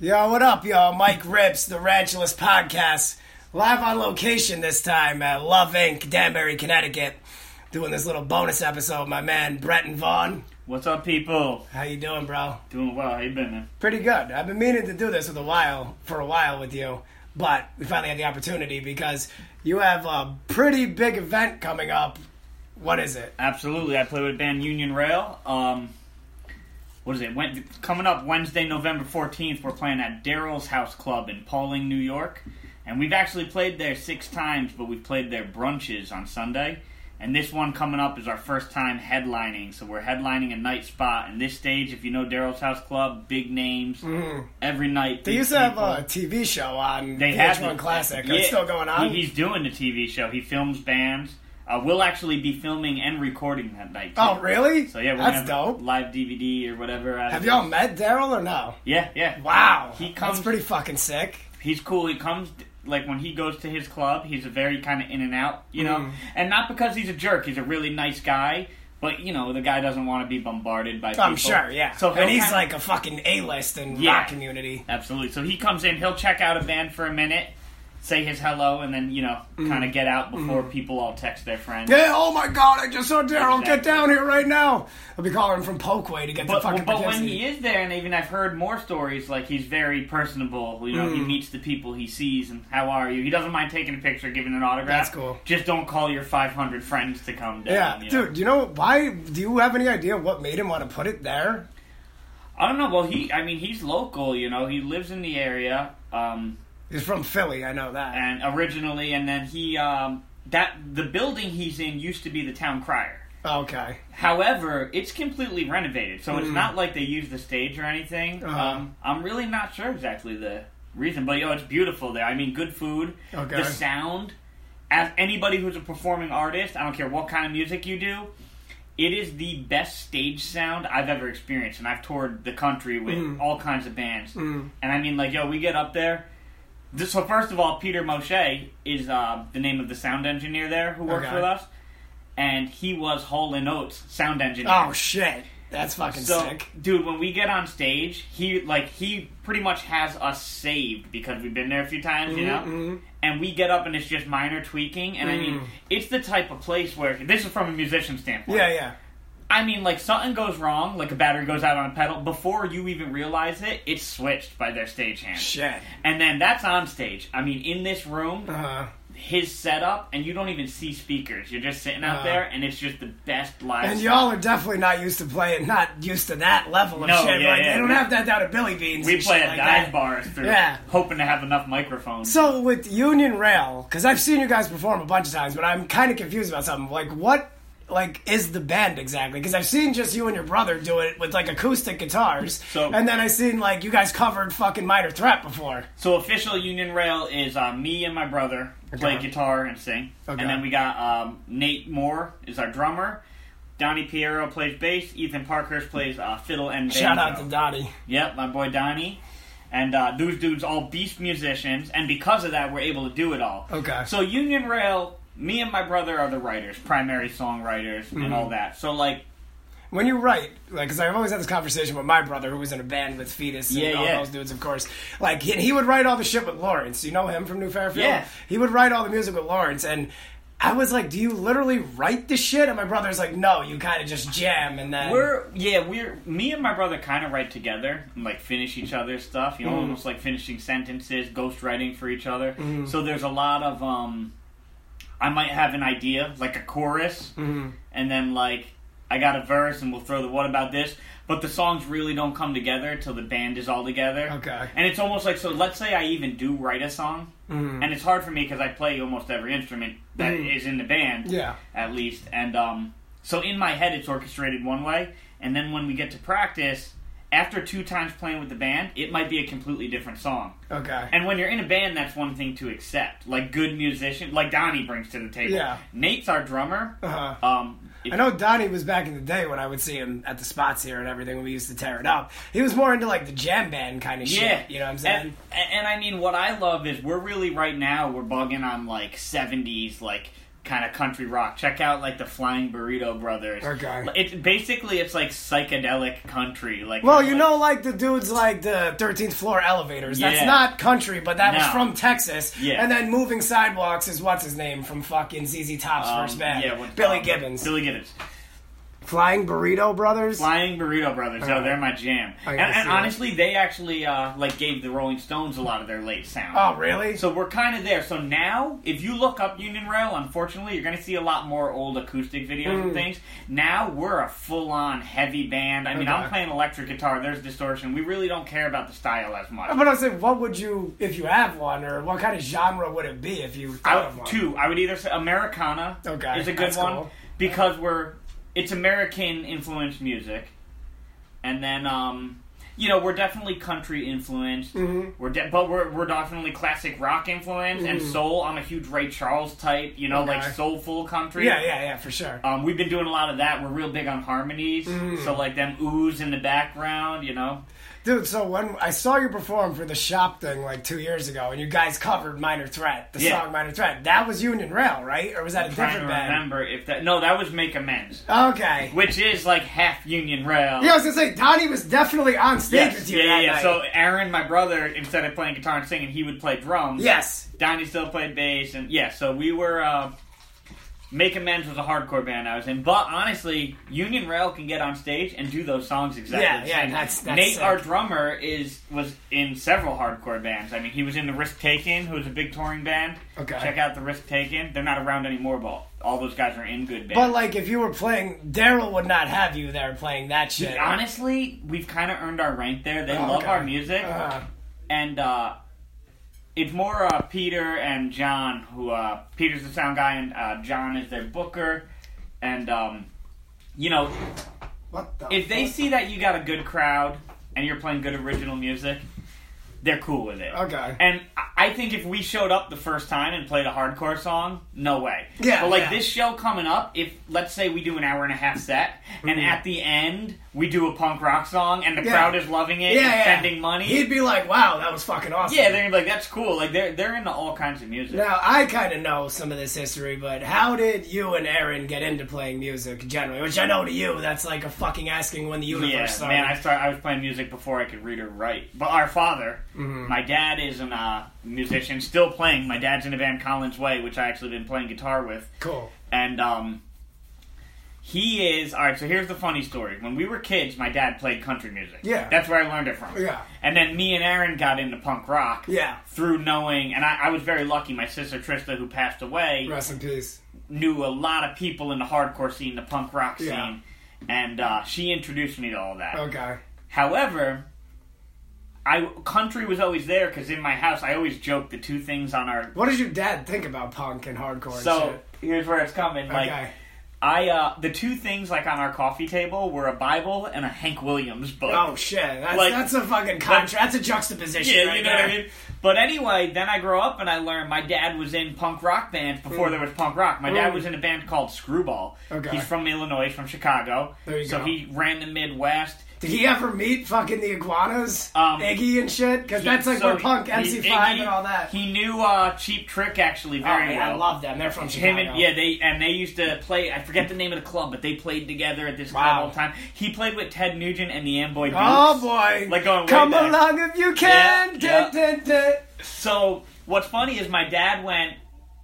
Yo, what up, y'all? Mike Rips, the Ranchulous Podcast, live on location this time at Love Inc., Danbury, Connecticut. Doing this little bonus episode, with my man Bretton Vaughn. What's up, people? How you doing, bro? Doing well. How you been, man? Pretty good. I've been meaning to do this with a while, for a while with you, but we finally had the opportunity because you have a pretty big event coming up. What is it? Absolutely. I play with band Union Rail. Um, what is it? When, coming up Wednesday, November 14th, we're playing at Daryl's House Club in Pauling, New York. And we've actually played there six times, but we've played their brunches on Sunday. And this one coming up is our first time headlining. So we're headlining a night spot. And this stage, if you know Daryl's House Club, big names every night. Mm. They big used to have people. a TV show on They have VH1 it. Classic. Yeah. It's still going on. He- he's doing the TV show. He films bands. Uh, we'll actually be filming and recording that night. too. oh, really? So yeah, we're that's gonna have dope. Live DVD or whatever. out of Have it. y'all met Daryl or no? Yeah, yeah. Wow, He comes. that's pretty fucking sick. he's cool. He comes like when he goes to his club. He's a very kind of in and out, you know. Mm. And not because he's a jerk. He's a really nice guy. But you know, the guy doesn't want to be bombarded by. I'm people. sure, yeah. So and he'll he's kinda- like a fucking A-list in Yeah. rock community. Absolutely. So he comes in, he'll check out a band for a minute, say his hello, and then, you know, Mm. kind of get out before people all text their friends. Yeah, oh my god, I just saw Daryl. Get Exactly. down here right now. I'll be calling him from Pokeway to get the But, fucking but when publicity. he is there, and even I've heard more stories, like he's very personable. You know, Hmm. he meets the people he sees, and how are you? He doesn't mind taking a picture, giving an autograph. That's cool. Just don't call your 500 friends to come down. yeah, you know? dude, you know, why? Do you have any idea what made him want to put it there? I don't know. Well, he, I mean, he's local, you know, he lives in the area. Um, He's from Philly, I know that. and originally, and then he, um, that, the building he's in used to be the town crier. Okay. However, it's completely renovated, so it's not like they use the stage or anything. Hmm. Uh-huh. Um, I'm really not sure exactly the reason, but yo, it's beautiful there. I mean, good food, Okay. the sound. As anybody who's a performing artist, I don't care what kind of music you do, it is the best stage sound I've ever experienced, and I've toured the country with Hmm. all kinds of bands. Mm. And I mean, like, yo, we get up there. This, so first of all, Peter Moshe is uh, the name of the sound engineer there who works Okay. with us, and he was Hall and Oates sound engineer. Oh, shit. That's fucking so, sick. dude, when we get on stage, he like he pretty much has us saved because we've been there a few times, you know. Mhm. And we get up and it's just minor tweaking, and I mean, Mm. it's the type of place where this is from a musician standpoint. Yeah, yeah. I mean, like something goes wrong, like a battery goes out on a pedal. Before you even realize it, it's switched by their stagehand, Shit. and then that's on stage. I mean, in this room, Uh, his setup, and you don't even see speakers. You're just sitting out Uh. there, and it's just the best live. and sound. y'all are definitely not used to playing, not used to that level of No, shit. yeah, like, yeah. they don't have that down at Billy Beans. We and play shit like at dive that. bars through, Yeah. hoping to have enough microphones. So with Union Rail, because I've seen you guys perform a bunch of times, but I'm kind of confused about something. Like what, like is the band exactly? Because I've seen just you and your brother do it with like acoustic guitars, So- and then I seen like you guys covered fucking Minor Threat before. so official Union Rail is uh, me and my brother play Okay. guitar and sing, Okay. and then we got um, Nate Moore is our drummer. Donnie Piero plays bass. Ethan Parkhurst plays uh, fiddle and banjo. Shout out to Dottie. Yep, my boy Donnie. And uh, those dudes all beast musicians, and because of that, we're able to do it all. Okay. So Union Rail, me and my brother are the writers, primary songwriters, Mm-hmm. and all that. So like When you write, like, because I've always had this conversation with my brother who was in a band with Fetus and Yeah, all yeah. those dudes, of course. Like, he, he would write all the shit with Lawrence. You know him from New Fairfield? Yeah. He would write all the music with Lawrence. And I was like, do you literally write the shit? And my brother's like, no, you kind of just jam and then. We're yeah, we're me and my brother kind of write together and like finish each other's stuff. You Mm. know, almost like finishing sentences, ghost writing for each other. Mm-hmm. So there's a lot of um, I might have an idea like a chorus, Mm-hmm. and then like I got a verse, and we'll throw the what about this. But the songs really don't come together till the band is all together. Okay. And it's almost like so. Let's say I even do write a song, Mm-hmm. and it's hard for me because I play almost every instrument that is in the band Yeah. at least. And um, so in my head, it's orchestrated one way, and then when we get to practice, after two times playing with the band, it might be a completely different song. Okay. And when you're in a band, that's one thing to accept. Like good musician, like Donnie brings to the table. Yeah. Nate's our drummer. Uh-huh. Um, if- I know Donnie was back in the day when I would see him at the spots here and everything when we used to tear it up. He was more into like the jam band kind of Yeah, shit. You know what I'm saying? And, and I mean, what I love is we're really right now we're bugging on like '70s, like kind of country rock. Check out like the Flying Burrito Brothers. Okay. It's basically it's like psychedelic country. Like Well, you know, like the dudes like the 13th floor elevators. That's Yeah. not country, but that was No. from Texas. Yeah. And then Moving Sidewalks is what's his name from fucking ZZ Top's um, first band. what- Billy um, Gibbons. Billy Gibbons. Flying Burrito Brothers? Flying Burrito Brothers. Alright. Oh, they're my jam. Uh, I And, gotta see and that. honestly, they actually uh, like gave the Rolling Stones a lot of their late sound. Oh, really? So we're kind of there. So now, if you look up Union Rail, unfortunately, you're going to see a lot more old acoustic videos Mm. and things. Now we're a full on heavy band. I mean, Okay. I'm playing electric guitar, there's distortion. We really don't care about the style as much. but I said, what would you, if you have one, or what kind of genre would it be if you thought I, of one? two, I would either say Americana Okay, is a good that's one cool. because we're it's American influenced music, and then um, you know we're definitely country influenced. Mm-hmm. We're de- but we're we're definitely classic rock influenced and soul. I'm a huge Ray Charles type, you know, Okay. like soulful country. Yeah, yeah, yeah, for sure. Um, we've been doing a lot of that. We're real big on harmonies, Mm-hmm. so like them oohs in the background, you know. Dude, so when I saw you perform for the shop thing like two years ago, and you guys covered Minor Threat, the Yeah. song Minor Threat, that was Union Rail, right? Or was that a Trying to different band? remember if that no, that was Make Amends, Okay. which is like half Union Rail. Yeah, I was gonna say Donnie was definitely on stage Yes, with you yeah, that yeah. night. So Aaron, my brother, instead of playing guitar and singing, he would play drums. yes, Donnie still played bass, and yeah. So we were. Uh, Make Amends was a hardcore band I was in, but honestly, Union Rail can get on stage and do those songs exactly. Yeah, the yeah, same. that's- that's Nate, sick. our drummer, is was in several hardcore bands. I mean, he was in the Risk Taken, who was a big touring band. Okay. check out the Risk Taken. They're not around anymore, but all those guys are in good bands. but like if you were playing, Daryl would not have you there playing that shit. honestly, we've kind of earned our rank there. They Oh, love okay. our music. Uh, and uh, it's more uh, Peter and John who uh, Peter's the sound guy and uh, John is their booker, and um, you know what the? if they fuck? see that you got a good crowd and you're playing good original music, they're cool with it. Okay. And I- I think if we showed up the first time and played a hardcore song, no way. Yeah, But like yeah. this show coming up, if let's say we do an hour and a half set, and at the end we do a punk rock song, and the Mm-hmm. Yeah. crowd is loving it, yeah, and yeah. spending money, he'd be like, "Wow, that was fucking awesome." yeah, they're gonna be like, that's cool. Like they're they're into all kinds of music. Now I kind of know some of this history, but how did you and Aaron get into playing music generally? Which I know to you, that's like a fucking asking when the universe Yeah, started. man, I start. I was playing music before I could read or write. But our father, Mm-hmm. my dad is a uh, musician, still playing. My dad's in a band, Collins Way, which I actually been playing guitar with, cool. and um, he is all right. So here's the funny story. When we were kids, my dad played country music. Yeah. that's where I learned it from. Yeah. and then me and Aaron got into punk rock. Yeah. Through knowing, and I, I was very lucky. My sister Trista, who passed away, Rest in peace. knew a lot of people in the hardcore scene, the punk rock scene, Yeah. and uh, she introduced me to all that. Okay. However, I country was always there because in my house I always joke the two things on our. What does your dad think about punk and hardcore? and So shit? here's where it's coming. Like okay. I, uh, the two things like on our coffee table were a Bible and a Hank Williams book. Oh shit! That's, Like- that's a fucking contrast. That's a juxtaposition. Yeah, right you know there. what I mean. But anyway, then I grow up and I learn my dad was in punk rock bands before there was punk rock. My dad Mm. was in a band called Screwball. Okay. He's from Illinois, he's from Chicago. There you so go. he ran the Midwest. Did he ever meet fucking the iguanas, Um, Iggy and shit? Because that's like So where punk, he- MC5, he- and all that. He knew uh, Cheap Trick actually oh, very yeah, well. I love them. They're from him Chicago. and yeah, they and they used to play. I forget the name of the club, but they played together at this Wow. club all the time. He played with Ted Nugent and the Amboy Dukes. Oh boy! Like going way Come back. along if you can. Yeah, Dun, dun, dun. So what's funny is my dad went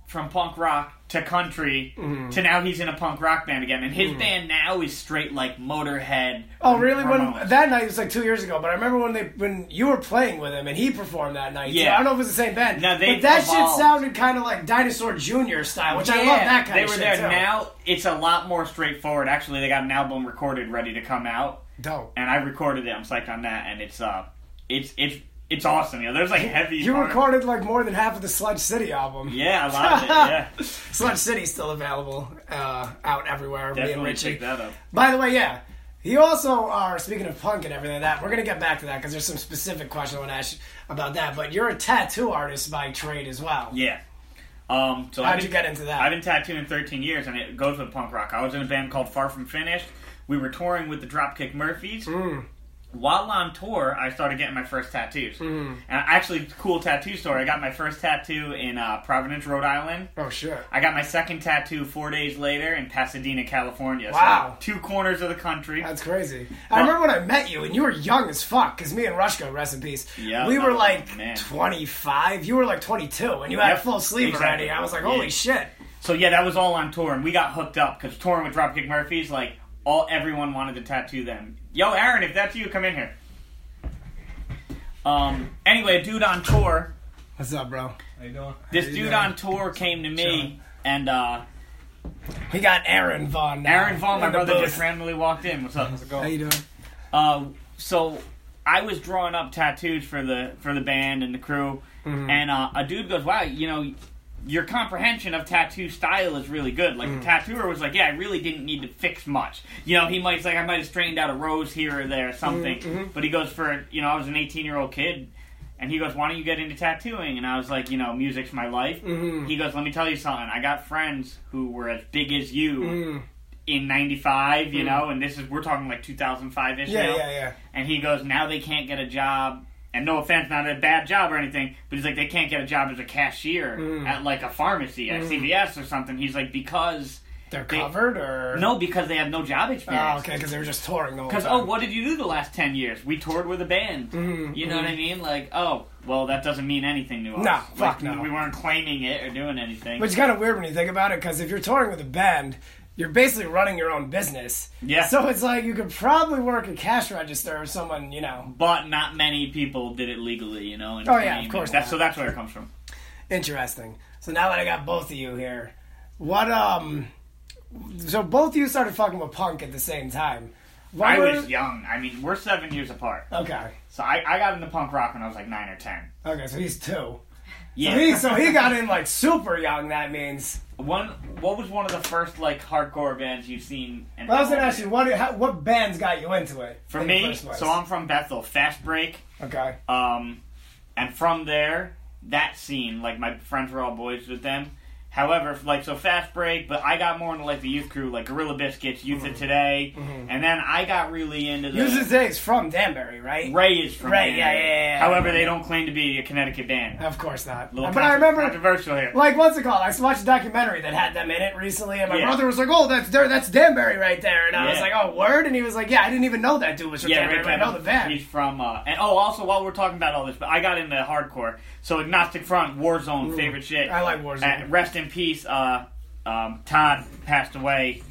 from punk rock to country Mm-hmm. to now he's in a punk rock band again, and his band now is straight like Motorhead. Oh really? Ramones. When that night it was like two years ago, but I remember when they when you were playing with him and he performed that night. too. Yeah. I don't know if it was the same band. No, they but that shit evolved. sounded kind of like Dinosaur Junior style, which I love Yeah, that kind They of were shit there too. now. It's a lot more straightforward. Actually, they got an album recorded, ready to come out. Dope. and I recorded it. I'm psyched on that, and it's uh, it's it's it's awesome. You know, there's like heavy. You hard- recorded like more than half of the Sludge City album. Yeah, a lot of it. Yeah, Sludge City's still available, uh, out everywhere. Me and definitely Richie. check that out. By the way, yeah. You also are speaking of punk and everything like that. We're gonna get back to that because there's some specific question I want to ask you about that. But you're a tattoo artist by trade as well. Yeah. Um. So I've How'd been, you get into that? I've been tattooing 13 years, and it goes with punk rock. I was in a band called Far From Finished. We were touring with the Dropkick Murphys. while on tour, I started getting my first tattoos. And actually, cool tattoo story. I got my first tattoo in uh, Providence, Rhode Island. Oh shit. I got my second tattoo four days later in Pasadena, California. So Wow. two corners of the country. That's crazy. I remember when I met you, and you were young as fuck. Because me and Rushko, rest in peace, Yeah, we were oh, like man. 25. You were like 22, and you had a Yep, full sleeve exactly. already. I was like, holy Yeah. shit. So yeah, that was all on tour, and we got hooked up because touring with Dropkick Murphys, like all everyone wanted to tattoo them. Yo, Aaron, if that's you, come in here. Um. Anyway, a dude on tour What's up, bro? How you doing? this How you dude doing? on tour came to me and uh We got Aaron Vaughn. Now Aaron Vaughn, my in the brother, booth. just randomly walked in. What's up? How's it going? How you doing? Uh, so I was drawing up tattoos for the for the band and the crew, Mm-hmm. and uh, a dude goes, "Wow, you know, your comprehension of tattoo style is really good." Like Mm. the tattooer was like, "Yeah, I really didn't need to fix much." You know, he might he's like I might have straightened out a rose here or there or something, Mm-hmm. but he goes for you know I was an eighteen year old kid. And he goes, "Why don't you get into tattooing?" And I was like, "You know, music's my life." Mm-hmm. He goes, "Let me tell you something. I got friends who were as big as you Mm. in '95, you know, and this is we're talking like 2005 ish Yeah, now." yeah, yeah. And he goes, now they can't get a job. And no offense, not a bad job or anything, but he's like, they can't get a job as a cashier Mm. at like a pharmacy at CVS or something. He's like, because They're They- covered, or no, because they have no job Oh, experience. okay, because they were just touring the whole Because time. oh, what did you do the last ten years? We toured with a band. You know what I mean? Like oh, well that doesn't mean anything to us. Mm-hmm, No, Like, fuck no. We weren't claiming it or doing anything. Which is kind of weird when you think about it, because if you're touring with a band, you're basically running your own business. Yeah. So it's like you could probably work a cash register if someone, you know, but not many people did it legally, you know. And Oh, yeah, claimed of it. course That's, not. so that's where it comes from. interesting. So now that I got both of you here, what um, so both of you started fucking with punk at the same time. Why I were- was young. I mean, we're seven years apart. Okay. So I, I got into punk rock when I was like nine or ten. Okay. So he's two. Yeah. He, so he got in like super young. That means. one. What was one of the first like hardcore bands you've seen? And Well, I was gonna ask you what how, what bands got you into it For in the me, first place? so I'm from Bethel. Fast Break. okay. Um, and from there, that scene, like my friends were all boys with them. However, like so, Fast Break. But I got more into like the youth crew, like Gorilla Biscuits, Youth Mm-hmm. of Today, and then I got really into the. Usually today's from Danbury, right? Ray is from Ray, Danbury. yeah, yeah, yeah, yeah. However, they don't claim to be a Connecticut band. Of course not. Little but I contro- remember, controversial here. like, what's it called? I watched a documentary that had them in it recently, and my Yeah. brother was like, "Oh, that's there, that's Danbury right there," and I was Yeah. like, "Oh, word," and he was like, "Yeah, I didn't even know that dude was from Yeah, Danbury, Rick but I know the Evans. band." He's from uh, and oh, also while we're talking about all this, but I got into hardcore. So Agnostic Front, Warzone, favorite shit. I like Warzone. Uh, rest in peace. Uh, um, Todd passed away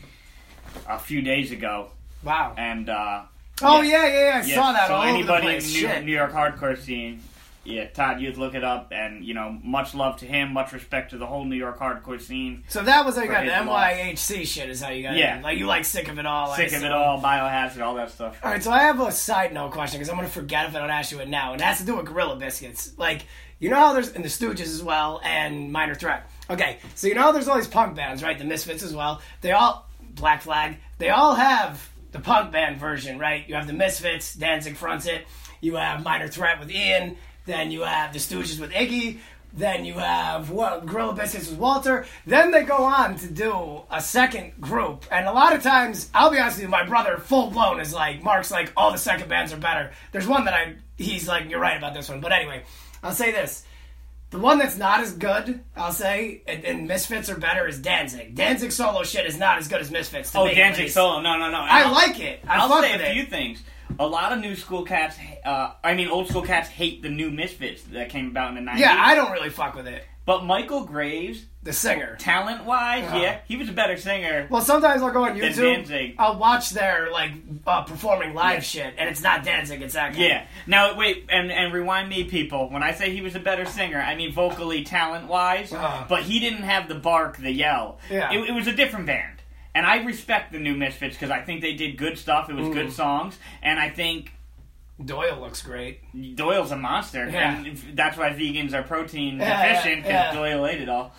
a few days ago, Wow. and uh, oh yeah, yeah, yeah. I yeah, saw that So all anybody over the place. in the New, Shit. New York hardcore scene. Yeah, Todd, you'd look it up, and you know, much love to him, much respect to the whole New York hardcore scene. so that was how you For got the his loss. MYHC shit. Is how you got Yeah. in. Like you like sick of it all. I Sick of it assume. all, biohazard, all that stuff. All right, so I have a side note question because I'm gonna forget if I don't ask you it now, and it has to do with Gorilla Biscuits. Like, you know how there's and the Stooges as well, and Minor Threat. Okay, so you know how there's all these punk bands, right? The Misfits as well. They all Black Flag. They all have the punk band version, right? You have the Misfits, Danzig fronts it. You have Minor Threat with Ian. Then you have the Stooges with Iggy. Then you have well, Gorilla Biscuits with Walter. Then they go on to do a second group. And a lot of times, I'll be honest with you, my brother, full blown, is like, Mark's like, all the second bands are better. There's one that I, he's like, you're right about this one. But anyway, I'll say this. The one that's not as good, I'll say, and, and Misfits are better, is Danzig. Danzig solo shit is not as good as Misfits. To Oh, me, at Danzig least. solo. No, no, no. I like it. I I'll fuck say with a it. few things. A lot of new school cats, uh, I mean, old school cats hate the new misfits that came about in the 90s. Yeah, I don't really fuck with it. but Michael Graves, The singer. talent wise, Uh-huh. yeah, he was a better singer. Well, sometimes I'll go on Than YouTube. Danzig. I'll watch their like uh, performing live shit, and it's not Danzig, it's that guy. Yeah. Now, wait, and, and rewind me, people. When I say he was a better singer, I mean vocally, talent wise, Uh-huh. but he didn't have the bark, the yell. Yeah. It, it was a different band. And I respect the new Misfits because I think they did good stuff. It was Mm. good songs. And I think Doyle looks great. Doyle's a monster, Yeah. and if- that's why vegans are protein Yeah, yeah, deficient because yeah. Doyle ate it all.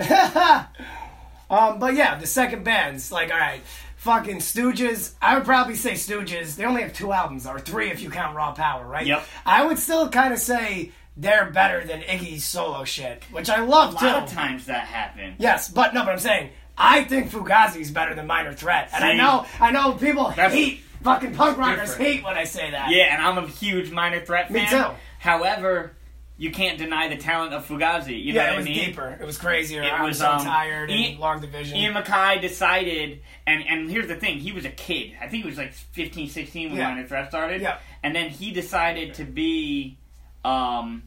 Um, but yeah, the second band's like, all right, fucking Stooges. I would probably say Stooges. They only have two albums, or three if you count Raw Power, right? Yep. I would still kind of say they're better than Iggy's solo shit, which I love A too. lot of times that happened. Yes, but no, but I'm saying I think Fugazi's better than Minor Threat, and I See? know I know people That's- hate Fucking punk rockers different. hate when I say that. Yeah, and I'm a huge Minor Threat fan. Me too. However, you can't deny the talent of Fugazi. You know Yeah, what it was I mean? deeper. It was crazier. It I was was, so um, tired and Ian- long division. Ian Mackay decided, and, and here's the thing, he was a kid. I think he was like 15, 16 when Yeah. Minor Threat started. Yeah. And then he decided to be, um,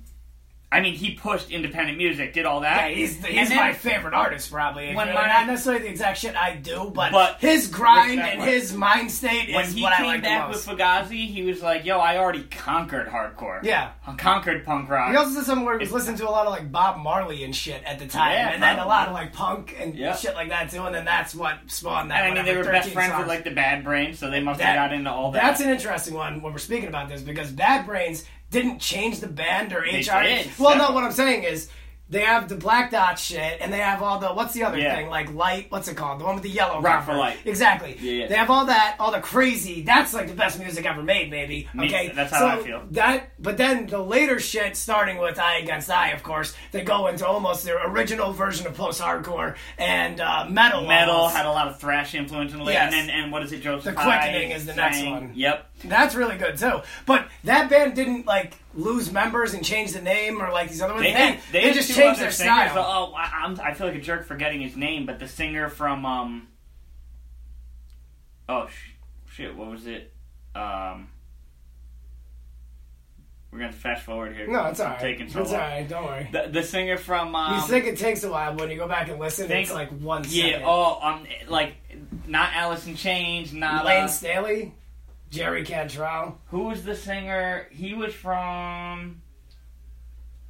I mean, he pushed independent music, did all that. yeah, he's And he's then- my favorite artist probably. When When my- not necessarily the exact shit I do, but, But- his grind Respect. and his mind state When is he what came I like back the most. with Fugazi, he was like, yo, I already conquered hardcore. yeah. I conquered punk rock. He also did something where he was listening to a lot of like Bob Marley and shit at the time, Yeah, and then a probably. lot of like punk and Yeah. shit like that too. And then that's what spawned that. and I mean, they whatever, were best 13 friends songs. with like the Bad Brains, so they must have That- got into all that. That's an interesting one when we're speaking about this because Bad Brains didn't change the band or HR. did, well, no, separate. what I'm saying is they have the Black Dot shit and they have all the what's the other Yeah. thing like light? What's it called? The one with the yellow. Rock for cover. Light. Exactly. Yeah, yeah. They have all that, all the crazy. That's like the best music ever made, maybe. Me- Okay, that's how so I feel. That, but then the later shit, starting with Eye Against Eye, of course, they go into almost their original version of post-hardcore and uh, metal. Metal almost. had a lot of thrash influence in the late, Yes. and then and what is it, Joseph? The Pye Quickening is the next sang- one. Yep. That's really good too. But that band didn't like lose members and change the name or like these other ones. They, they, had just two changed other their singers. style. Oh, I, I'm, I feel like a jerk for getting his name, but the singer from um, oh sh- shit, what was it? Um, we're gonna have to fast forward here. No, it's alright. Taking It's so long. alright. Don't worry. The, the singer from um, you think it takes a while but when you go back and listen. Think- it's like one yeah, second. oh, um, like not Alice in Chains, not Lane uh, Staley, Jerry Cantrell, who was the singer? He was from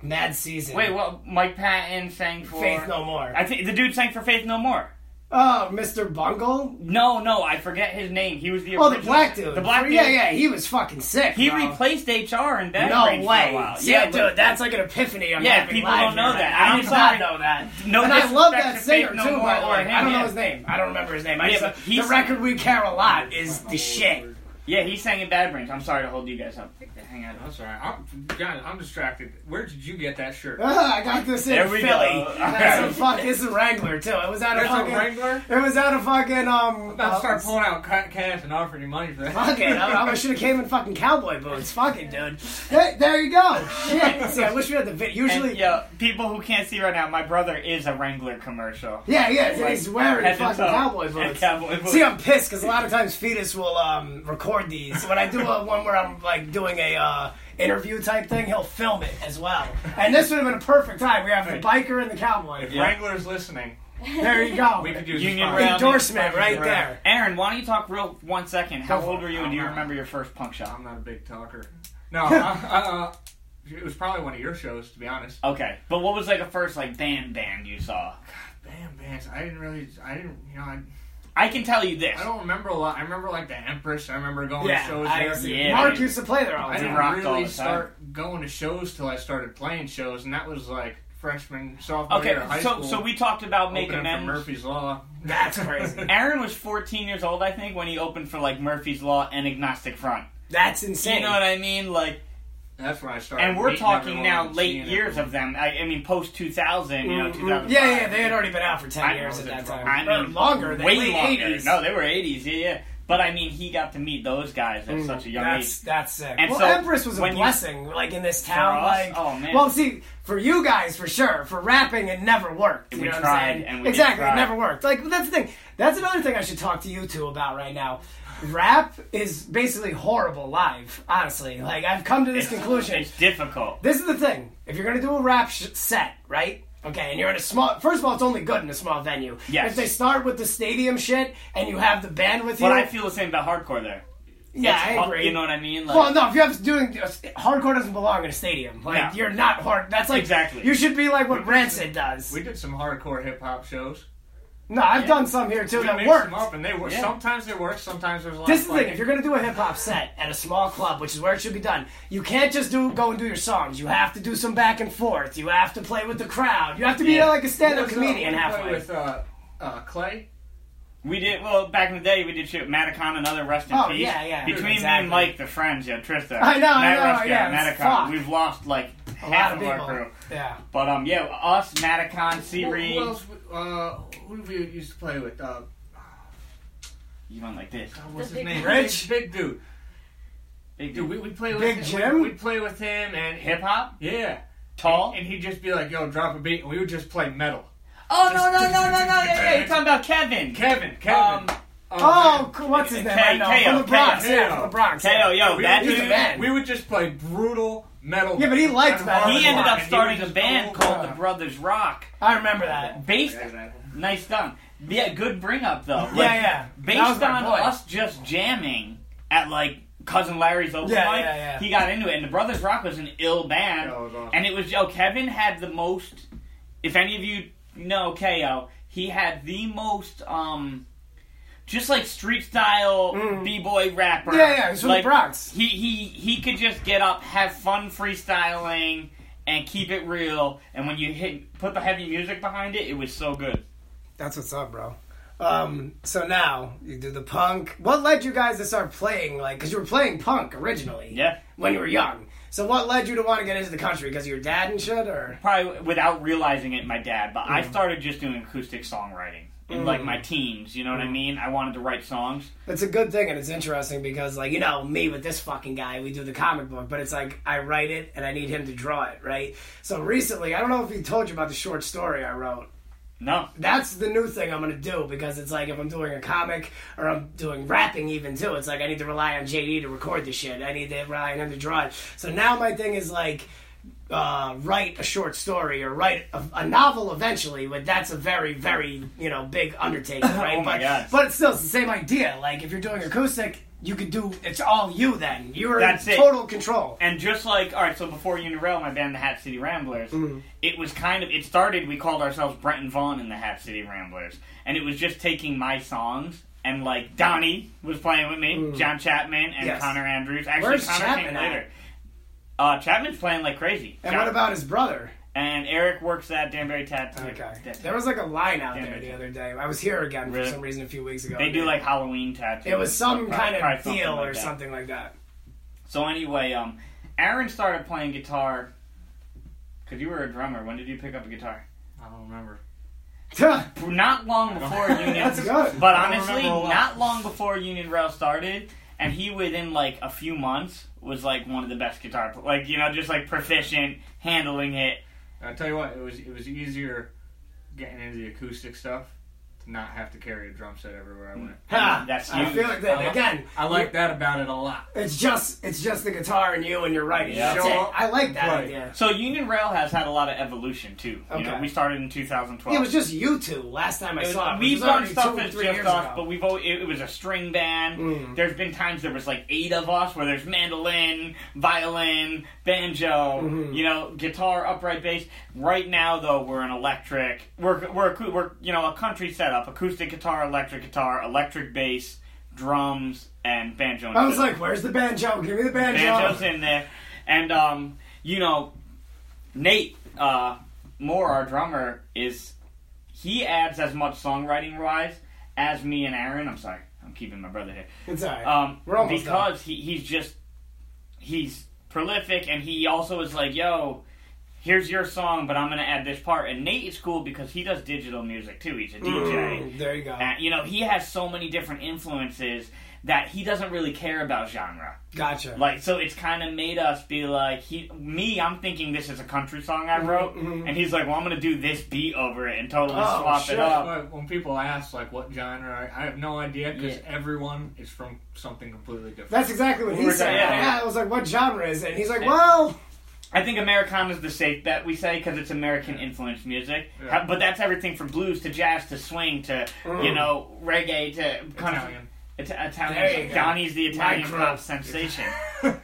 Mad Season. wait, what? Mike Patton sang for Faith No More. I think the dude sang for Faith No More. oh, Mr. Bungle. No, no, I forget his name. He was the Oh, the original- black dude. The black dude. Yeah, yeah. He was fucking sick. He bro. replaced HR in Bad No Brains for a way. while. See, yeah, dude, that's like an epiphany. I'm Yeah, having people live don't know here. that. I I'm did sorry. not know that. No and I disrespect love to that Faith singer No too. More By the or way, him, I don't yeah. know his name. I don't remember his name. I Yeah, just- but he's- the record we care a lot is the shit. yeah, he sang in Bad Brains. I'm sorry to hold you guys up. Hang on. I'm sorry. I'm, God, I'm distracted. Where did you get that shirt? Ugh, I got this in There we Philly. go. That's a fuck. It's a Wrangler too. It was out of That's a fucking. Wrangler? It was out of fucking. Um. I'm about to uh, start pulling out ca- cash and offering you money for that. Fuck it. I, I should have came in fucking cowboy boots. Fuck it, dude. Hey, there you go. Shit. See, I wish we had the vid. Usually. And, yo, people who can't see right now, my brother is a Wrangler commercial. Yeah, yeah, he's wearing Head to fucking toe. cowboy Yeah, boots. Cowboy boots. See, I'm pissed because a lot of times Fetus will um, record these. When I do a, one where I'm like doing a uh, interview type thing, he'll film it as well. And this would have been a perfect time. We have the biker and the cowboy. Yeah. Wrangler's listening. There you go. We could do Union this. Rail. endorsement right Right. there. Aaron, why don't you talk real one second? How Go. old were you, and do you I'm- remember your first punk shot? I'm not a big talker. No, I, I, uh, it was probably one of your shows, to be honest. Okay, but what was like a first like band band you saw? Damn, bands. I didn't really. I didn't. You know, I, I can tell you this. I don't remember a lot. I remember like the Empress. I remember going to Yeah, shows I there. see. Yeah, Mark dude. used to play there all I the didn't time. rocked all really the time. start going to shows till I started playing shows, and that was like freshman, sophomore year Okay, of high so school. so we talked about Opening making for amends. Murphy's Law. That's crazy. Aaron was 14 years old, I think, when he opened for like Murphy's Law and Agnostic Front. That's Do you insane. know what I mean? Like, That's when I started. and we're meeting talking everyone now and late seeing years of them. I, I mean, post 2000, you know, Mm, 2005. yeah, yeah, they had already been out for 10 I years was at a that drunk- time. I or mean, longer, they way late longer. 80s. No, they were 80s. Yeah, yeah. But I mean, he got to meet those guys at Mm. such a young that's age. that's sick. And well, so, Empress was a when you- blessing, like in this town. us? like, Oh, man. Well, see, for you guys, for sure. For rapping, it never worked. You We know what tried, I'm saying? and we did exactly, try. it never worked. Like that's the thing. That's another thing I should talk to you two about right now. Rap is basically horrible live. Honestly, like I've come to this It's- conclusion. It's difficult. This is the thing. If you're gonna do a rap sh- set, right? Okay, and you're at a small. First of all, it's only good in a small venue. Yes. If they start with the stadium shit and you have the band with you, But I feel the same about hardcore there. yeah, It's I hu- agree. You know what I mean? Like, Well, no, if you have doing uh, hardcore doesn't belong in a stadium. Like No. you're not hard. That's like Exactly. You should be like what did- Rancid everyone. does. We did some hardcore hip hop shows. no, I've Yeah. done some here too we that mixed worked. them up, and they were Yeah. sometimes they worked, sometimes there was a lot. This of is the thing. fighting. If you're gonna do a hip hop set at a small club, which is where it should be done, you can't just do go and do your songs. You have to do some back and forth. You have to play with the crowd. You have to be Yeah. like a stand What up was, uh, comedian what halfway. With uh, uh, Clay, We did well back in the day. We did shit. Matacon, another rest in Oh, peace. yeah, yeah. Between me Exactly. and Mike, the friends, yeah, Trista. I know, I Matt know, Ruska, yeah, it's Matacon. fuck. We've lost like a half lot of of our people. crew. Yeah. But um, yeah, us, Matacon, C who, who Reed. else? Uh, who did we used to play with? Uh, You went like this. Oh, what's The his big- name? Rich? Big, big dude. Big Dude, we, we play with Big him. Jim? We, would play with him and Hip hop? Yeah. Tall? And he'd just be like, yo, drop a beat. And we would just play metal. Oh, no, no, no, no, no. Yeah, yeah. You're talking about Kevin. Kevin, Um, Kevin. Oh, cool. what's his name? K- I know. K- from the K- Bronx. K- yeah, from the Bronx. Teo, yo, We- that he's a man. dude. man. we would just play brutal metal. Yeah, but he liked Kind of that. hard He ended rock, up and he starting a was band old. called the Brothers Rock. I remember that. Based, Yeah, exactly. nice done. Yeah, good bring up though. Like, Yeah, yeah. That was Based my on boy. us just jamming at like cousin Larry's open Yeah, mic, yeah, yeah. he got into it. And the Brothers Rock was an ill band, Yeah, it was awesome. and it was yo. Kevin had the most. If any of you know Ko, he had the most. um just like street style Mm. b boy rapper. Yeah, yeah, he's from like, the Bronx. he he he could just get up, have fun freestyling, and keep it real. And when you hit put the heavy music behind it, it was so good. That's what's up, bro. Um, so now you do the punk. What led you guys to start playing? Like, because you were playing punk originally. Yeah. When you were young. So what led you to want to get into the country? Because of your dad and shit, or Probably without realizing it, my dad. But Mm. I started just doing acoustic songwriting in like my teens. You know Mm. what I mean? I wanted to write songs. it's a good thing and it's interesting because like you know me with this fucking guy, we do the comic book, but it's like I write it and I need him to draw it, right? So recently, I don't know if he told you about the short story I wrote. No, that's the new thing I'm gonna do because it's like if I'm doing a comic or I'm doing rapping even too, it's like I need to rely on JD to record the shit. I need to rely on him to draw it. So now my thing is like uh, write a short story or write a, a novel eventually, but that's a very very you know big undertaking, right? Oh my but, God. but it's still it's the same idea. Like if you're doing acoustic. You could do it's all you then. You're That's in it. total control. and just like all right, so before Unirail, my band, the Hat City Ramblers, it was kind of it started. We called ourselves Brenton Vaughn and the Hat City Ramblers, and it was just taking my songs. And like Donnie was playing with me, John Chapman and Yes. Connor Andrews. Actually, Where's Connor Chapman came at? later. Uh, Chapman's playing like crazy. And John- what about his brother? and Eric works at Danbury Tattoo. Okay. There was like a line out Damn there it. the other day. I was here again for Really? some reason a few weeks ago. They do like Halloween tattoos. It was some kind Probably- probably of something deal like or that. something like that. So anyway, um, Aaron started playing guitar because you were a drummer. When did you pick up a guitar? I don't remember. Not long before Union. That's good. But I don't honestly, remember a lot. not long before Union Rail started, and he within like a few months was like one of the best guitar, pl- like you know, just like proficient handling it. I tell you what, it was it was easier getting into the acoustic stuff to not have to carry a drum set everywhere I went. Ha! That's I huge. Uh-huh. feel like that I like- again. I like that about it a lot. It's just it's just the guitar and you and your writing. Yeah. That's it. Show up, I like that play. idea. So Union Rail has had a lot of evolution too. You know, Okay. we started in 2012. Yeah, it was just you two last time I It was- saw it. we've it was done already stuff two, that's three just years us, ago. Mm. but we've always, it, it was a string band. There's been times there was like eight of us where there's mandolin, violin, banjo, Mm-hmm. you know, guitar, upright bass. Right now though, we're an electric. We're we're acou- we're you know a country setup: acoustic guitar, electric guitar, electric bass, drums, and banjo. and I was fiddle. like, "Where's the banjo? Give me the banjo." banjos in there, and um, you know, Nate uh, Moore, our drummer, is he adds as much songwriting wise as me and Aaron. I'm sorry, I'm keeping my brother here. It's alright. Um, We're almost done. because he, he's just he's prolific, and he also is like, yo. Here's your song, but I'm gonna add this part. And Nate is cool because he does digital music too. He's a DJ. Mm, there you go. Uh, you know, he has so many different influences that he doesn't really care about genre. Gotcha. Like so, it's kind of made us be like he, me. I'm thinking this is a country song I wrote, mhm. and he's like, "Well, I'm gonna do this beat over it and totally Oh, swap shit. it up." But when people ask like what genre, I, I have no idea because Yeah. everyone is from something completely different. That's exactly what he We're- said. yeah, Yeah, yeah. I was like, "What genre is it?" And he's like, Yeah. "Well, I think Americana is the safe bet we say because it's American influenced music, Yeah. Ha- but that's everything from blues to jazz to swing to you Mm. know reggae to kind Italian. of Ita- There Italian. you go. Donnie's the Italian Micro. pop sensation.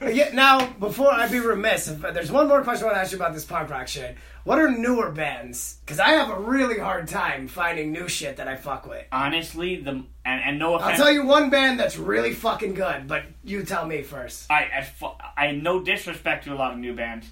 yeah." Now, before I be remiss, if, uh, there's one more question I want to ask you about this punk rock shit. What are newer bands? Because I have a really hard time finding new shit that I fuck with. Honestly, the and, and no offense, I'll tell you one band that's really fucking good, but you Uh, tell me first. I, I, fu- I no disrespect to a lot of new bands,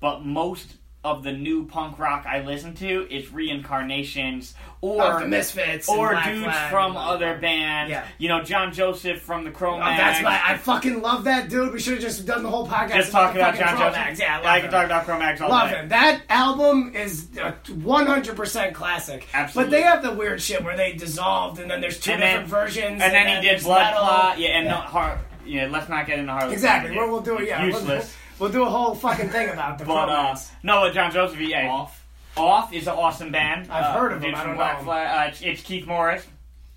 but most of the new punk rock I listen to is reincarnations or Or the Misfits. and or Black dudes Flag from and blah, other blah. bands. Yeah. You know, John Joseph from the Cro Oh, that's my. I fucking love that dude. We should have just done the whole podcast Just talking about fucking John Cro-Mags. Joseph. Yeah, I love I him. can talk about Cro Mags all Love day. him. That album is one hundred percent classic. Absolutely. But they have the weird shit where they dissolved, and then there's two And then- different versions. And then he did there's Blood metal. Clot. Yeah, and not Har- Yeah, let's not get into Harley. Exactly. Quinn Well, yet. we'll do it. It's Yeah, we'll- useless. We'll, do a whole fucking thing about the But uh, Cro-Mags. no, uh, John Joseph. Yeah, Off. Off is an awesome band. I've Uh, heard of dude them, I from don't Black know. Flag. Uh, it's, it's Keith Morris,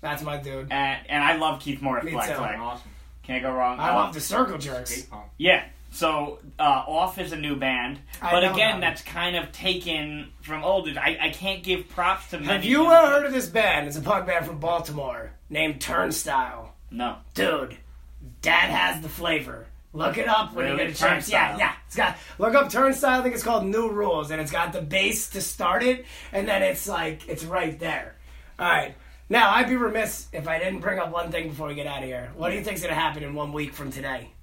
That's my dude. and, and I love Keith Morris. Me Black too. Flag. Awesome. Can't go wrong. I Uh, love the Circle Jerks. Skate punk. Yeah. So uh, Off is a new band, I but know again, them. that's kind of taken from old. I, I can't give props to. Have many you of uh, them. heard of this band? It's a punk band from Baltimore named Turnstile. No. Dude, Dad has the flavor. Look it up when you Really? get a chance. Yeah, Turnstile. yeah. It's got look up Turnstile. I think it's called New Rules, and it's got the bass to start it, and then it's like it's right there. All right. Now I'd be remiss if I didn't bring up one thing before we get out of here. What do you think's gonna happen in one week from today?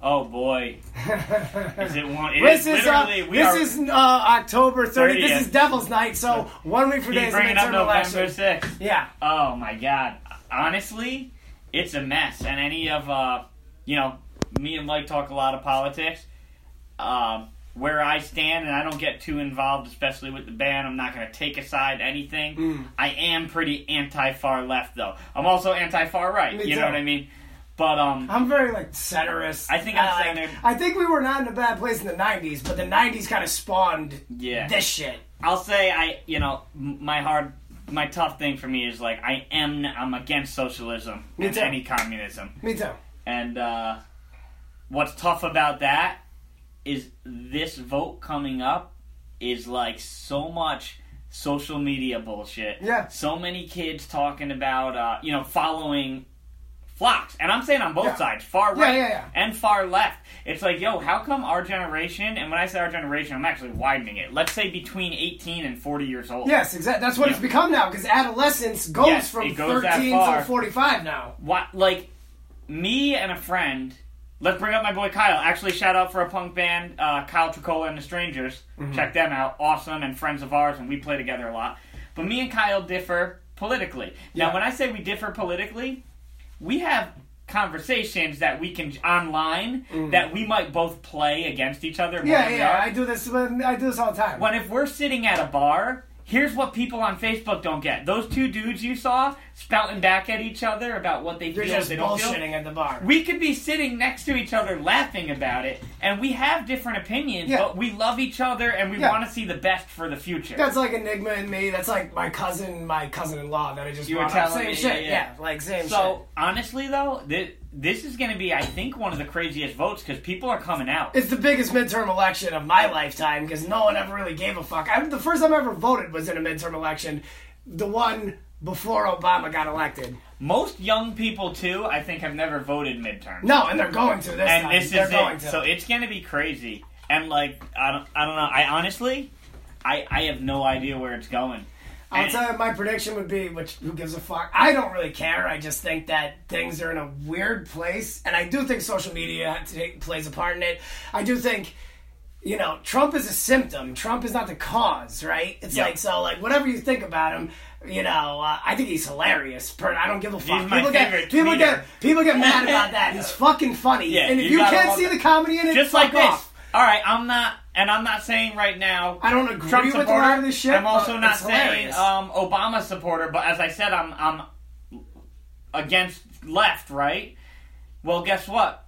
Oh boy. Is it one? it This is is uh, literally. we this are, is uh, October 30th. This 30th. is Devil's Night, so one week from today He's is the bringing up midterm November election. 6th. Yeah, Oh my god. Honestly, it's a mess. And any of uh you know, me and Mike talk a lot of politics. Um where I stand and I don't get too involved, especially with the band, I'm not gonna take aside anything. Mm. I am pretty anti far left though. I'm also anti far right, Me you too. know what I mean? But um I'm very like centrist. I think I'm Uh, centered. I think we were not in a bad place in the 90s, but the 90s kind of spawned yeah. this shit. I'll say I, you know, m- my hard, my tough thing for me is like I am, I'm against socialism Me and too. any communism. Me too. And uh, what's tough about that is this vote coming up is like so much social media bullshit. Yeah. So many kids talking about, uh, you know, following flocks. And I'm saying on both Yeah. sides, far Yeah, right yeah, yeah. and far left. It's like, yo, how come our generation, and when I say our generation, I'm actually widening it, let's say between 18 and 40 years old. Yes, exactly. That's what Yeah. it's become now because adolescence goes Yes, from it goes that 13 far. to 45 now. What, like, me and a friend. Let's bring up my boy Kyle. Actually, shout out for a punk band, uh, Kyle Tricola and the Strangers. Mm-hmm. Check them out. Awesome and friends of ours, and we play together a lot. But me and Kyle differ politically. Now, Yeah. when I say we differ politically, we have conversations that we can online that we might both play against each other. more Mm. Yeah, than we yeah. are. I do this. When, I do this all the time. When if we're sitting at a bar, here's what people on Facebook don't get: those two dudes you saw spouting back at each other about what they You're feel, just they don't feel. bullshitting at the bar. We could be sitting next to each other laughing about it, and we have different opinions, Yeah. but we love each other and we Yeah. want to see the best for the future. That's like Enigma and me. That's like my cousin, my cousin-in-law that I just You were brought up. telling Same me, shit. yeah, yeah. like same so, honestly, though, thi- this is going to be, I think, one of the craziest votes because people are coming out. shit. It's the biggest midterm election of my lifetime because no one ever really gave a fuck. I, the first time I ever voted was in a midterm election, the one before Obama got elected. Most young people, too, I think, have never voted midterm. No, and they're going to this and time. this they're is going it. to. So it's gonna be crazy. And like I don't, I don't know. I honestly, I, I have no idea where it's going. I'll And- tell you, my prediction would be, which who gives a fuck? I don't really care. I just think that things are in a weird place, and I do think social media t- plays a part in it. I do think, you know, Trump is a symptom. Trump is not the cause, right? It's Yeah. like so, like whatever you think about him, you know, uh, I think he's hilarious. Per- I don't give a fuck. my people favorite get people tweeter. get people get mad about that. He's fucking funny, Yeah, and if you you, gotta can't love see that. the comedy in it, just like fuck this. off. All right, I'm not, and I'm not saying right now. I don't agree Trump with a supporter. lot of this shit. I'm also but not it's saying hilarious. um, Obama supporter, but as I said, I'm I'm against left, right? Well, guess what?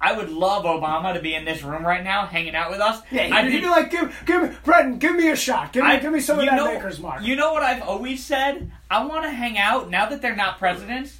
I would love Obama to be in this room right now, hanging out with us. Yeah, you'd I think- be like, give, give me, Brenton, give me a shot. Give me, give me some of you that know- Maker's Mark. You know what I've always said? I want to hang out now that they're not presidents.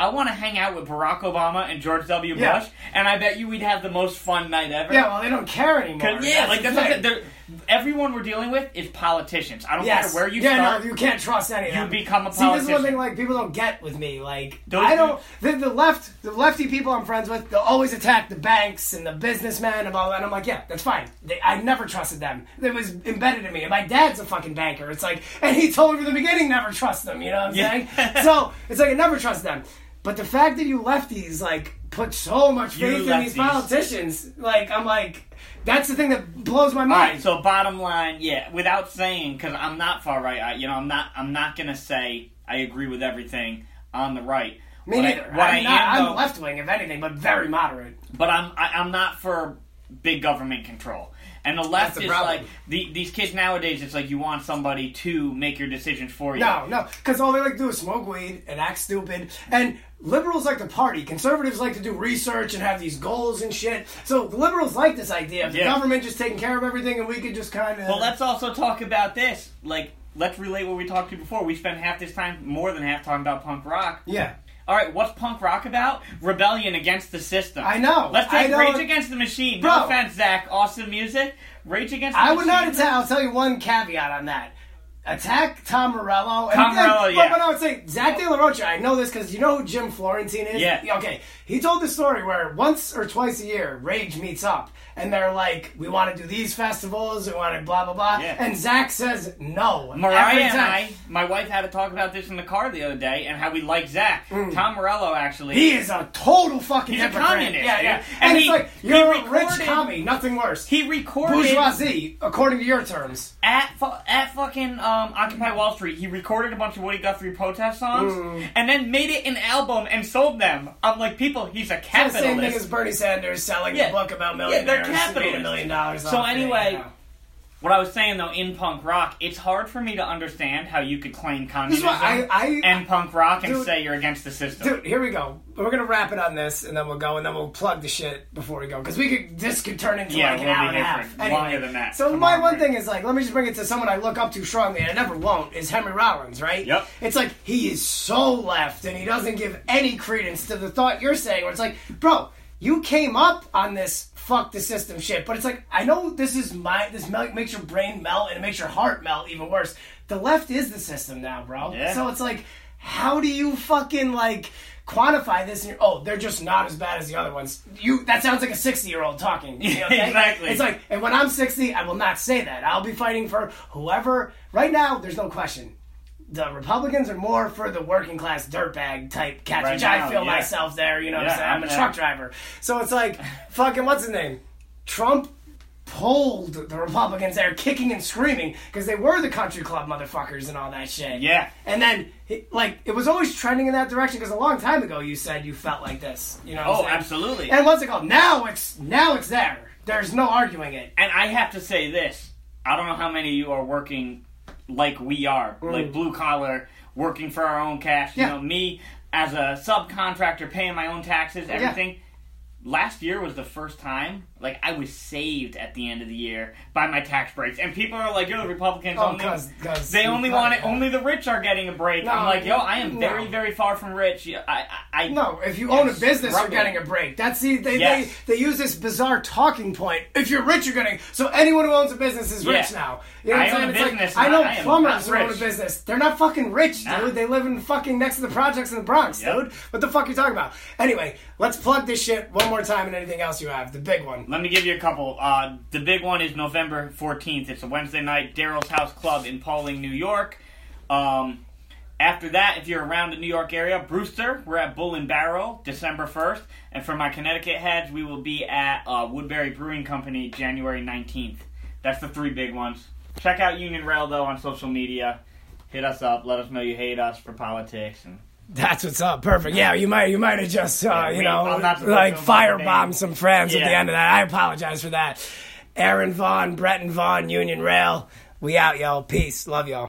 I want to hang out with Barack Obama and George W. Yeah. Bush, and I bet you we'd have the most fun night ever. yeah, well, they don't care anymore. 'Cause- yeah, like the that's what I'm thing. saying. They're- everyone we're dealing with is politicians. I don't Yes. care where you yeah, start. no, you can't trust any of You them. become a See, this is one politician. thing like people don't get with me. Like Don't I you- don't. The, the left, the lefty people I'm friends with, they'll always attack the banks and the businessmen and all that. And I'm like, yeah, that's fine. They, I never trusted them. It was embedded in me. And my dad's a fucking banker. It's like, and he told me from the beginning, never trust them. You know what I'm Yeah. saying? so it's like I never trust them. But the fact that you lefties like put so much You faith in lefties. these politicians. Like I'm like, that's the thing that blows my All right. mind. So bottom line, yeah, without saying, because I'm not far right. I, you know, I'm not. I'm not gonna say I agree with everything on the right. Me What I- neither. what I I'm, not, am, I'm though- left wing, if anything, but very moderate. But I'm I, I'm not for big government control. And the That's left the is problem. like the, these kids nowadays. It's like you want somebody to make your decisions for you. No, no, because all they like to do is smoke weed and act stupid. And liberals like to party. Conservatives like to do research and have these goals and shit. So liberals like this idea of the Yeah. government just taking care of everything and we could just kind of. Well, let's also talk about this. Like, let's relate what we talked to before. We spent half this time, more than half, talking about punk rock. Yeah. All right, what's punk rock about? Rebellion against the system. I know. Let's I take know. Rage Against the Machine. Bro. No offense, Zach. Awesome music. Rage Against the I Machine. would not attack. I'll tell you one caveat on that. Attack Tom Morello. And Tom then- Morello, but- yeah. But I would say Zach De La Rocha. I know this because you know who Jim Florentine is. Yeah. Okay. He told this story where once or twice a year, Rage meets up, and they're like, "We want to do these festivals. We want to blah blah blah." Yeah. And Zach says no. Mariah every and time. I, my wife had a talk about this in the car the other day and how we like Zach. Tom Morello, actually. Hmm. He is a total fucking He's a hypocrite. communist, Yeah, yeah. dude. And, And it's he- like he you're a recorded- rich commie, nothing worse. he recorded Bourgeoisie, according to your terms. at fu- at fucking um, Occupy Wall Street. He recorded a bunch of Woody Guthrie protest songs Hmm. and then made it an album and sold them. I'm like, people, he's a That's the same thing as capitalist. Bernie Sanders selling Yeah. a book about Yeah, millionaires. they're Made a capitalists. million dollars. So off it, anyway, you know. What I was saying though, in punk rock, it's hard for me to understand how you could claim this is communism why I, I, and punk rock and Dude. say you're against the system. dude, here we go. We're gonna wrap it on this, and then we'll go, and then we'll plug the shit before we go, because we could this could turn into Yeah, like an we'll be hour and a here half. for longer than that. So Come my on, one Rick. thing is like, let me just bring it to someone I look up to strongly, and I never won't. Is Henry Rollins, right? Yep. It's like he is so left, and he doesn't give any credence to the thought you're saying. Where it's like, bro, you came up on this fuck the system shit, but it's like I know this is my this mel- makes your brain melt and it makes your heart melt even worse. The left is the system now, bro. Yeah. So it's like, how do you fucking like quantify this? And you're, oh, they're just not as bad as the other ones. You that sounds like a sixty year old talking. you know, okay? Exactly. It's like, and when I'm sixty, I will not say that. I'll be fighting for whoever. Right now, there's no question. The Republicans are more for the working class dirtbag type cats, Right which now, I feel yeah. myself there. You know what I'm Yeah, saying? I'm I'm a there. truck driver, so it's like, fucking what's his name? Trump pulled the Republicans there, kicking and screaming because they were the country club motherfuckers and all that shit. Yeah. And then, he- like, it was always trending in that direction because a long time ago you said you felt like this. You know? What Oh, I'm saying? absolutely. And what's it called? Now it's now it's there. There's no arguing it. And I have to say this: I don't know how many of you are working like we are, like blue collar, working for our own cash. You Mm. Yeah. know, me as a subcontractor, paying my own taxes, everything. Last year was the first time, like I was saved at the end of the year by my tax breaks, and people are like, "Yo, the Republicans Oh, only, 'cause- 'cause they you only want it. probably- Only the rich are getting a break." No, I'm like, "Yo, I am no. very, very far from rich. Yeah, I, I, I No, if you own a Yes, business, you're rubber. getting a break. That's the they, Yes. they they use this bizarre talking point. If you're rich, you're getting so anyone who owns a business is rich Yeah. now. You know I what I'm own saying? a It's like, business I and know I am plumbers not who own a rich. business. They're not fucking rich, Nah. dude. They live in fucking next to the projects in the Bronx, Yep. dude. What the fuck are you talking about? Anyway, let's plug this shit one more time and anything else you have. The big one. Um, Let me give you a couple. Uh, the big one is November 14th. It's a Wednesday night, Daryl's House Club in Pauling, New York. Um, after that, if you're around the New York area, Brewster, we're at Bull and Barrel, December 1st. And for my Connecticut heads, we will be at uh, Woodbury Brewing Company, January 19th. That's the three big ones. Check out Union Rail, though, on social media. Hit us up. Let us know you hate us for politics. And That's what's up. Perfect. Yeah, you might you might have just uh, you we- know I'm not supposed like to remember firebomb names. some friends at the Yeah. end of that. I apologize for that. Aaron Vaughn, Breton Vaughn, Union Rail. We out, y'all. Peace. Love y'all.